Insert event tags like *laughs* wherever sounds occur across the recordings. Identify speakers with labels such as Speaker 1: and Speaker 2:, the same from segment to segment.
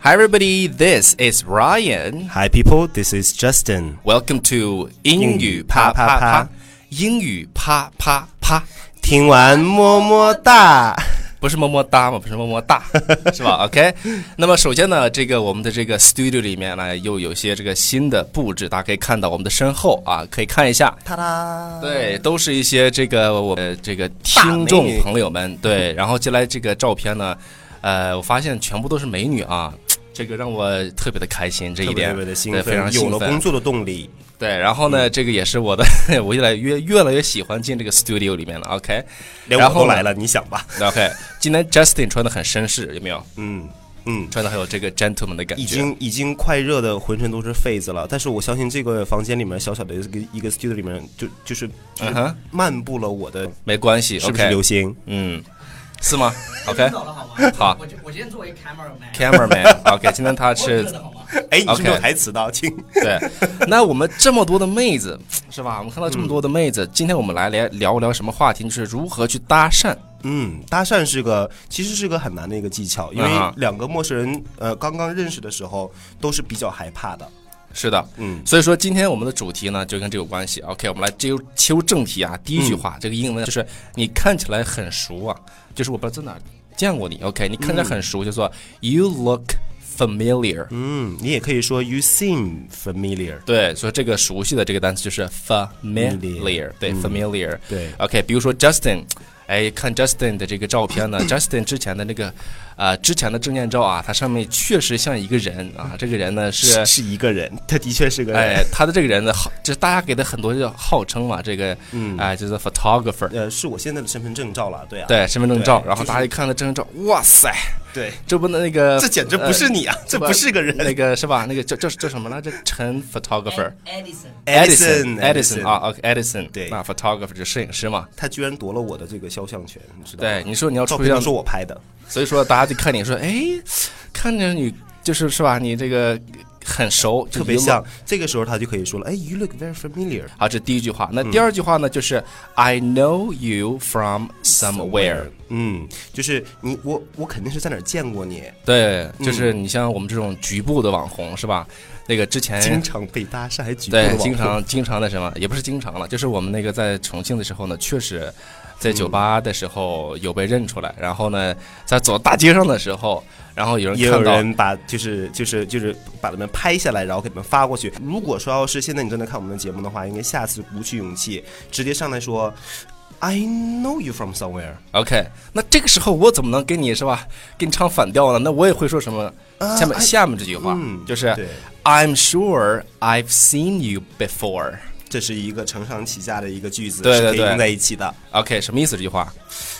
Speaker 1: Hi, everybody. This is Ryan.
Speaker 2: Hi, people. This is Justin.
Speaker 1: Welcome to 英语啪啪啪。英语啪啪啪，
Speaker 2: 听完么么哒。
Speaker 1: 不是么么哒吗？不是么么
Speaker 2: *laughs*
Speaker 1: 哒，是吧？OK。那么首先呢，这个我们的这个 studio 里面呢，又有些这个新的布置，大家可以看到我们的身后啊，可以看一下，
Speaker 2: 哒哒。
Speaker 1: 对，都是一些这个我们这个听众朋友们对，然后接下来这个照片呢，呃，我发现全部都是美女啊，这个让我特别的开心，这
Speaker 2: 特
Speaker 1: 一
Speaker 2: 别
Speaker 1: 点
Speaker 2: 特别的兴
Speaker 1: 对非常
Speaker 2: 奋，有
Speaker 1: 兴
Speaker 2: 了
Speaker 1: 奋
Speaker 2: 工。作的动力。
Speaker 1: 对，然后
Speaker 2: 嗯
Speaker 1: 呢，这个也是我的， *laughs* 我越来越越来越喜欢进这个 studio 里面了。OK，
Speaker 2: 连
Speaker 1: 然
Speaker 2: 哎我
Speaker 1: 后
Speaker 2: 都来
Speaker 1: 呢
Speaker 2: 了，你想吧。
Speaker 1: OK，今天 Justin 穿的很绅士，有没有？
Speaker 2: 嗯嗯，
Speaker 1: 穿的很有这个 gentleman 的感觉。
Speaker 2: 已经已经快热的浑身都是痱子了，但是我相信这个房间里面小小的一个一个 studio 里面就就是就
Speaker 1: 嗯
Speaker 2: 是
Speaker 1: 哼，
Speaker 2: 漫步了我的
Speaker 1: 没关系。
Speaker 2: 是不是
Speaker 1: OK，
Speaker 2: 流星？
Speaker 1: 嗯，是吗？OK
Speaker 3: 听。到了好吗？
Speaker 1: *laughs* 好
Speaker 3: 我今我今天作为 cameraman，
Speaker 1: Cameraman，OK，、今天他
Speaker 3: 我热
Speaker 1: 是
Speaker 3: 的好吗？
Speaker 2: 哎，你是没有
Speaker 1: OK
Speaker 2: 台词的，亲。
Speaker 1: 对。那我们这么多的妹子是吧？我们看到这么多的妹
Speaker 2: 嗯
Speaker 1: 子，今天我们来来聊一聊什么话题？就是如何去搭讪。
Speaker 2: 嗯，搭讪是个其实是个很难的一个技巧，因为
Speaker 1: 嗯哼
Speaker 2: 两个陌生人呃刚刚认识的时候都是比较害怕的。
Speaker 1: 是的，
Speaker 2: 嗯，
Speaker 1: 所以说今天我们的主题呢就跟这有关系。OK，我们来切入切入正题啊。第一句
Speaker 2: 嗯
Speaker 1: 话，这个英文就是你看起来很熟啊，就是我不知道在哪儿见过你。OK，你看起来很熟，就说 You look familiar。
Speaker 2: 嗯，你也可以说 you seem familiar。
Speaker 1: 对，所以这个熟悉的这个单词就是 familiar，
Speaker 2: Familiar
Speaker 1: 对、
Speaker 2: 嗯
Speaker 1: familiar。
Speaker 2: 对
Speaker 1: OK，比如说 Justin，哎，看 Justin 的这个照
Speaker 2: *laughs*
Speaker 1: 片呢，Justin 之前的那个，呃，之前的证件照啊，它上面确实像一个人啊，这个人呢是
Speaker 2: 是一个人， *laughs* 他的确是个人。
Speaker 1: 哎，他的这个人呢，号就是大家给的很多就号称嘛，这个，嗯，哎，就是 photographer，
Speaker 2: 呃，是我现在的身份证照了，对啊，
Speaker 1: 对，身份证
Speaker 2: 对
Speaker 1: 照，然后
Speaker 2: 就是
Speaker 1: 大家一看他证照，哇塞，
Speaker 2: 对，
Speaker 1: 这不那个，呃
Speaker 2: 这简直不是你啊，这不是个人。
Speaker 1: 那个是吧？那个叫叫叫什么来着？陈 photographer。
Speaker 3: Edison，
Speaker 1: Edison
Speaker 2: Edison，Edison
Speaker 1: 啊，OK Edison，
Speaker 2: 对
Speaker 1: 那 photographer 就是摄影师嘛。
Speaker 2: 他居然夺了我的这个肖像权，你知道吗？
Speaker 1: 对，你说你要
Speaker 2: 照
Speaker 1: 出
Speaker 2: 片
Speaker 1: 去
Speaker 2: 都，是我拍的，
Speaker 1: 所以说大家就看你说，哎，看着你就是是吧？你这个很熟，就
Speaker 2: 特别
Speaker 1: 一路
Speaker 2: 像。这个时候他就可以说了，哎，you look very familiar。
Speaker 1: 好，啊这第一句话。
Speaker 2: 嗯
Speaker 1: 那第二句话呢，就是 I know you from somewhere。
Speaker 2: 嗯，就是你我我肯定是在哪儿见过你，
Speaker 1: 哎对，就是
Speaker 2: 嗯
Speaker 1: 你像我们这种局部的网红是吧？那个之前
Speaker 2: 经常被搭讪，还举报
Speaker 1: 对
Speaker 2: 了
Speaker 1: 经常经常的什么，也不是经常了，就是我们那个在重庆的时候呢，确实在酒
Speaker 2: 嗯
Speaker 1: 吧的时候有被认出来，然后呢，在走大街上的时候，然后有
Speaker 2: 也
Speaker 1: 人
Speaker 2: 有
Speaker 1: 看到。
Speaker 2: 人把就是就是就是把他们拍下来，然后给他们发过去。如果说要是现在你正在看我们的节目的话，应该下次鼓起勇气，直接上来说，I know you from somewhere。
Speaker 1: OK，那这个时候我怎么能跟你是吧，跟你唱反调呢？那我也会说什么？
Speaker 2: 啊
Speaker 1: 下面
Speaker 2: I-
Speaker 1: 下面这句话
Speaker 2: 嗯
Speaker 1: 就是
Speaker 2: 对
Speaker 1: I'm sure I've seen you before。
Speaker 2: 这是一个承上启下的一个句子，
Speaker 1: 对对
Speaker 2: 是可
Speaker 1: 对
Speaker 2: 以用在一起的。
Speaker 1: OK，什么意思？这句话？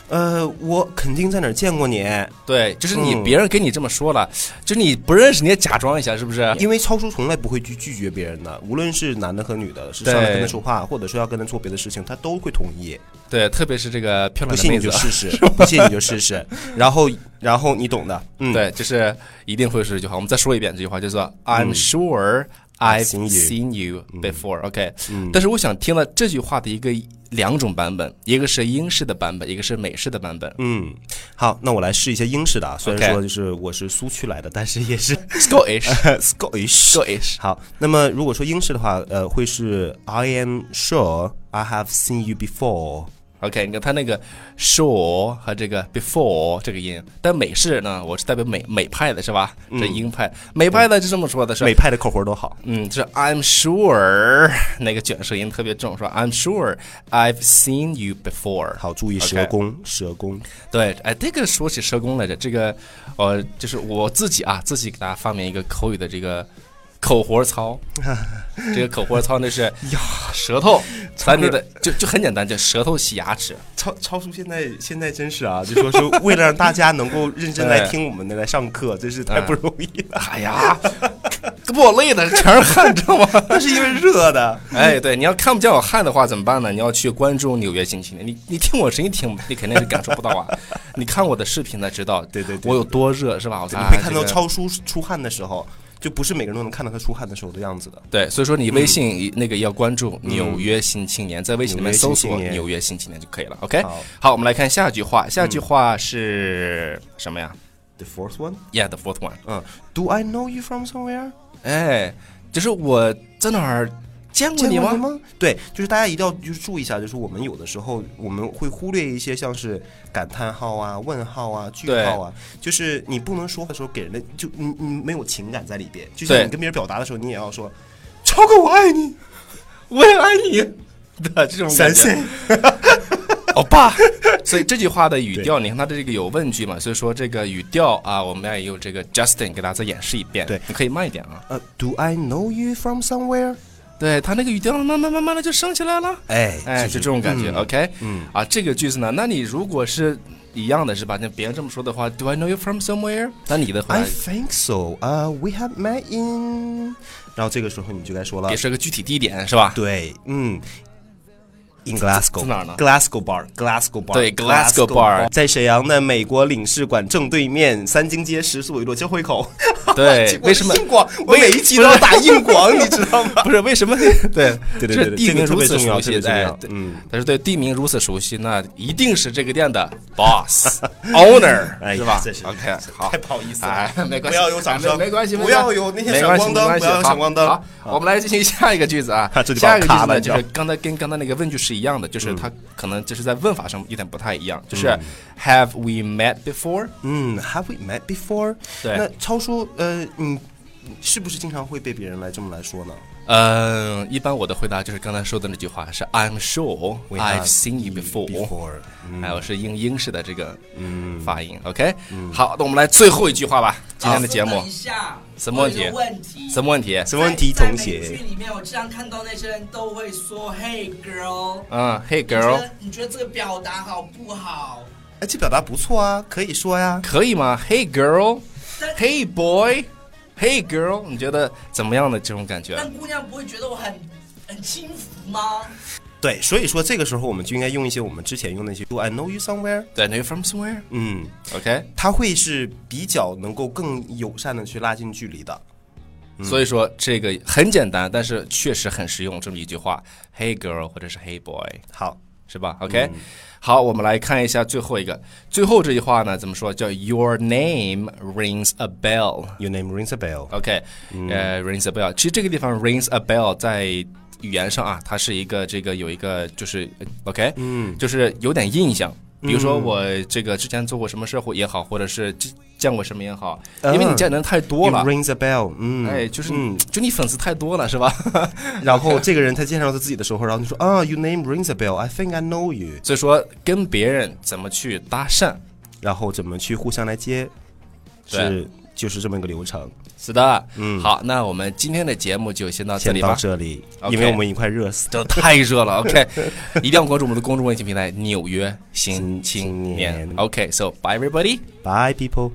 Speaker 2: 呃，我肯定在哪儿见过你，
Speaker 1: 啊对，就是你
Speaker 2: 嗯
Speaker 1: 别人跟你这么说了，就是你不认识你也假装一下，是不是？
Speaker 2: 因为超叔从来不会去拒绝别人的，无论是男的和女的，是上来
Speaker 1: 对
Speaker 2: 跟他说话，或者说要跟他做别的事情，他都会同意。
Speaker 1: 对，特别是这个漂
Speaker 2: 不
Speaker 1: 亮的
Speaker 2: 信
Speaker 1: 妹
Speaker 2: 你
Speaker 1: 子
Speaker 2: 就，
Speaker 1: *laughs*
Speaker 2: 试试，不信你就试试。然后，然后你懂的，嗯，
Speaker 1: 对，就是一定会说这句话。我们再说一遍这句话，就是说 I'm sure I've
Speaker 2: I've 嗯 seen you 嗯
Speaker 1: seen you before。OK，但是我想听了这句话的一个两种版本，一个是英式的版本，一个是美式的版本。
Speaker 2: 嗯，好，那我来试一下英式的啊。虽
Speaker 1: OK
Speaker 2: 然说就是我是苏区来的，但是也 *laughs* 是
Speaker 1: Scottish，Scottish。
Speaker 2: *laughs* Scottish。好，那么如果说英式的话，呃，会是 I am sure I have seen you before。
Speaker 1: OK，你看它那个 sure 和这个 before 这个音，但美式呢，我是代表美美派的是吧？
Speaker 2: 嗯
Speaker 1: 这英派，美派的是这么说的，是
Speaker 2: 美派的口活都好。
Speaker 1: 嗯，就是 I'm sure *laughs* 那个卷舌音特别重，说 I'm sure I've seen you before。
Speaker 2: 好，注意
Speaker 1: OK
Speaker 2: 舌功舌功。
Speaker 1: 对，哎，这个说起社工来着，这个呃，就是我自己啊，自己给大家发明一个口语的这个口活操。这个口活操呢是呀，舌头咱你的就就很简单，就舌头洗牙齿。
Speaker 2: 超超叔现在现在真是啊，就说是为了让大家能够认真来
Speaker 1: 对
Speaker 2: 听我们的来上课，真是太不容易 *laughs* 了。
Speaker 1: 哎呀， *laughs* 给我累的全是汗，知道吗？
Speaker 2: 那是因为热的。
Speaker 1: 哎，对，你要看不见我汗的话怎么办呢？你要去关注纽约新青年。你你听我声音听，你肯定是感受不到
Speaker 2: *laughs*
Speaker 1: 啊。你看我的视频才知道，
Speaker 2: 对对对
Speaker 1: 我有多热是吧？我
Speaker 2: 对你
Speaker 1: 才
Speaker 2: 会看到
Speaker 1: 这个
Speaker 2: 超叔出汗的时候，就不是每个人都能看到他出汗的时候的样子的。
Speaker 1: 对，所以说你
Speaker 2: 嗯
Speaker 1: 微信一那个要关注纽约新青年，在微信里面搜索
Speaker 2: 纽约新青年
Speaker 1: 纽约新青年就可以了。OK，
Speaker 2: 哎好嗯
Speaker 1: 好，我们来看下一句话，下一句话是什么呀
Speaker 2: The fourth one，
Speaker 1: Yeah, the fourth one。
Speaker 2: 嗯，Do I know you from somewhere？
Speaker 1: 哎，就是我在哪儿见过
Speaker 2: 见
Speaker 1: 你
Speaker 2: 过
Speaker 1: 吗？
Speaker 2: 你吗？对，就是大家一定要就是注意一下，就是我们有的时候我们会忽略一些像是感叹号啊、问号啊、句号啊，就是你不能说话的时候给人的就你你没有情感在里边，就像
Speaker 1: 对
Speaker 2: 你跟别人表达的时候，你也要说“超哥我爱你
Speaker 1: *laughs* 我也爱你。对，这”，种
Speaker 2: 三
Speaker 1: 感觉
Speaker 2: 岁，
Speaker 1: 欧巴。所以这句话的语调，你看它的这个有问句嘛，所以说这个语调啊，我们要用这个 Justin 给大家再演示一遍。
Speaker 2: 对
Speaker 1: 你可以慢一点啊。
Speaker 2: 呃，Do I know you from somewhere？
Speaker 1: 对他那个语调，慢慢慢慢的就升起来了。
Speaker 2: 哎
Speaker 1: 哎，就这种感觉。
Speaker 2: 嗯
Speaker 1: OK，
Speaker 2: 嗯
Speaker 1: 啊，这个句子呢，那你如果是一样的是吧？那别人这么说的话，Do I know you from somewhere？那你的回
Speaker 2: I
Speaker 1: 答
Speaker 2: think so. 呃 we have met in，然后这个时候你就该说了
Speaker 1: 也，是个具体地点是吧？
Speaker 2: 对，嗯，in
Speaker 1: 在
Speaker 2: Glasgow，
Speaker 1: 哪儿呢
Speaker 2: g l a s g o w Bar，Glasgow Bar，
Speaker 1: 对，Glasgow
Speaker 2: Glasgow
Speaker 1: Bar
Speaker 2: 在沈阳的美国领事馆正对面，三经街十四五一路交汇口。 *laughs*
Speaker 1: 对，为什么？
Speaker 2: 硬广？我每一集都要打硬广，你知道吗？
Speaker 1: 不是为什么？对
Speaker 2: *laughs*
Speaker 1: 这
Speaker 2: 对对对对
Speaker 1: 地
Speaker 2: 这
Speaker 1: 名
Speaker 2: 个特
Speaker 1: 如
Speaker 2: 别
Speaker 1: 此
Speaker 2: 重
Speaker 1: 熟
Speaker 2: 要特别
Speaker 1: 悉，
Speaker 2: 重
Speaker 1: 哎
Speaker 2: 要，
Speaker 1: 对
Speaker 2: 嗯
Speaker 1: 但是对地名如此熟悉，那一定是这个店的
Speaker 2: *laughs*
Speaker 1: boss owner
Speaker 2: 哎呀
Speaker 1: 是吧
Speaker 2: 真是
Speaker 1: ？OK，好
Speaker 2: 太。不好意思了
Speaker 1: 哎，，没关系，哎
Speaker 2: 不要有掌声，
Speaker 1: 没没关系，
Speaker 2: 不要有那些
Speaker 1: 没
Speaker 2: 闪
Speaker 1: 关系
Speaker 2: 光灯，
Speaker 1: 没关
Speaker 2: 不
Speaker 1: 系
Speaker 2: 要有闪光灯。啊
Speaker 1: 好，好我们来进行下一个句子啊
Speaker 2: 这，就把
Speaker 1: 下
Speaker 2: 我
Speaker 1: 一个句
Speaker 2: 卡
Speaker 1: 子呢，
Speaker 2: 了你知
Speaker 1: 就
Speaker 2: 道
Speaker 1: 是刚才跟刚才那个问句是一样的，就是它可能就是在问法上有点不太一样，就是
Speaker 2: 嗯
Speaker 1: Have we met before？
Speaker 2: 嗯，Have we met before？
Speaker 1: 对
Speaker 2: 那超叔，呃，你是不是经常会被别人来这么来说呢？
Speaker 1: 嗯，一般我的回答就是刚才说的那句话是 I'm sure
Speaker 2: We
Speaker 1: I've
Speaker 2: have
Speaker 1: seen you before。
Speaker 2: before，嗯
Speaker 1: 还有是英英式的这个
Speaker 2: 嗯
Speaker 1: 发音。OK，好，那我们来最后一句话吧，今天的节
Speaker 3: 我
Speaker 1: 目
Speaker 3: 问一下，
Speaker 1: 什么问题
Speaker 3: 我有一个问题？
Speaker 1: 什么问题？
Speaker 2: 什么问题？
Speaker 3: 在
Speaker 2: 同
Speaker 3: 在美
Speaker 2: 学
Speaker 3: 剧里面，我经常看到那些人都会说 “Hey girl”。
Speaker 1: 嗯，Hey
Speaker 3: 你觉
Speaker 1: girl，
Speaker 3: 得你觉得这个表达好不好？
Speaker 2: 哎，这表达不错啊，可以说呀。
Speaker 1: 可以吗？Hey
Speaker 3: 但
Speaker 1: girl，Hey boy，Hey girl，你觉得怎么样的这种感觉？
Speaker 3: 但姑娘不会觉得我很很轻浮吗？
Speaker 2: 对，所以说这个时候我们就应该用一些我们之前用的那些 “Do I know you somewhere”，
Speaker 1: 对，Know you from somewhere？OK，、
Speaker 2: 嗯，它会是比较能够更友善的去拉近距离的。嗯
Speaker 1: 所以说这个很简单，但是确实很实用。这么一句话，Hey girl 或者是 Hey boy，
Speaker 2: 好，
Speaker 1: 是吧？OK，、好，
Speaker 2: 嗯
Speaker 1: 我们来看一下最后一个，最后这句话呢怎么说？叫 Your name rings a bell。
Speaker 2: Your name rings a bell。
Speaker 1: OK，呃，rings
Speaker 2: 嗯
Speaker 1: a bell。其实这个地方 rings a bell 在语言上啊，它是一个这个有一个就是呃 OK，
Speaker 2: 嗯
Speaker 1: 就是有点印象。比如说
Speaker 2: 嗯
Speaker 1: 我这个之前做过什么事或也好，或者是之见过什么也好，
Speaker 2: 嗯
Speaker 1: 因为你见的人太多
Speaker 2: It
Speaker 1: 了。
Speaker 2: rings a bell。嗯，
Speaker 1: 哎，就是你
Speaker 2: 嗯，
Speaker 1: 就你粉丝太多了是吧？
Speaker 2: *laughs*
Speaker 1: *laughs*
Speaker 2: 然后这个人他介绍他自己的时候，然后就说啊，Your name rings a bell。I think I know you。
Speaker 1: 所以说跟别人怎么去搭讪？
Speaker 2: 然后怎么去互相来接，是
Speaker 1: 对
Speaker 2: 就是这么一个流程。
Speaker 1: 是的，
Speaker 2: 嗯
Speaker 1: 好，那我们今天的节目就先到这
Speaker 2: 先
Speaker 1: 里
Speaker 2: 到
Speaker 1: 吧。
Speaker 2: 这里，
Speaker 1: OK
Speaker 2: 因为我们已经快热死了。
Speaker 1: 这太热了，OK，一定要关注我们的公众微信平台《纽约新
Speaker 2: 新青
Speaker 1: 青年
Speaker 2: 年》。
Speaker 1: OK，so、bye everybody。
Speaker 2: Bye people。